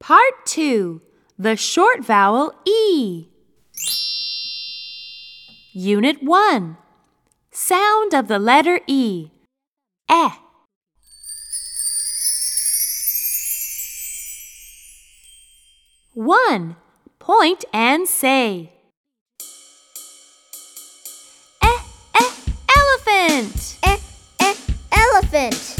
Part 2 The Short Vowel E. Unit 1 Sound of the letter E. E. One. Point and say. E, e, elephant. E, e, elephant. E, E,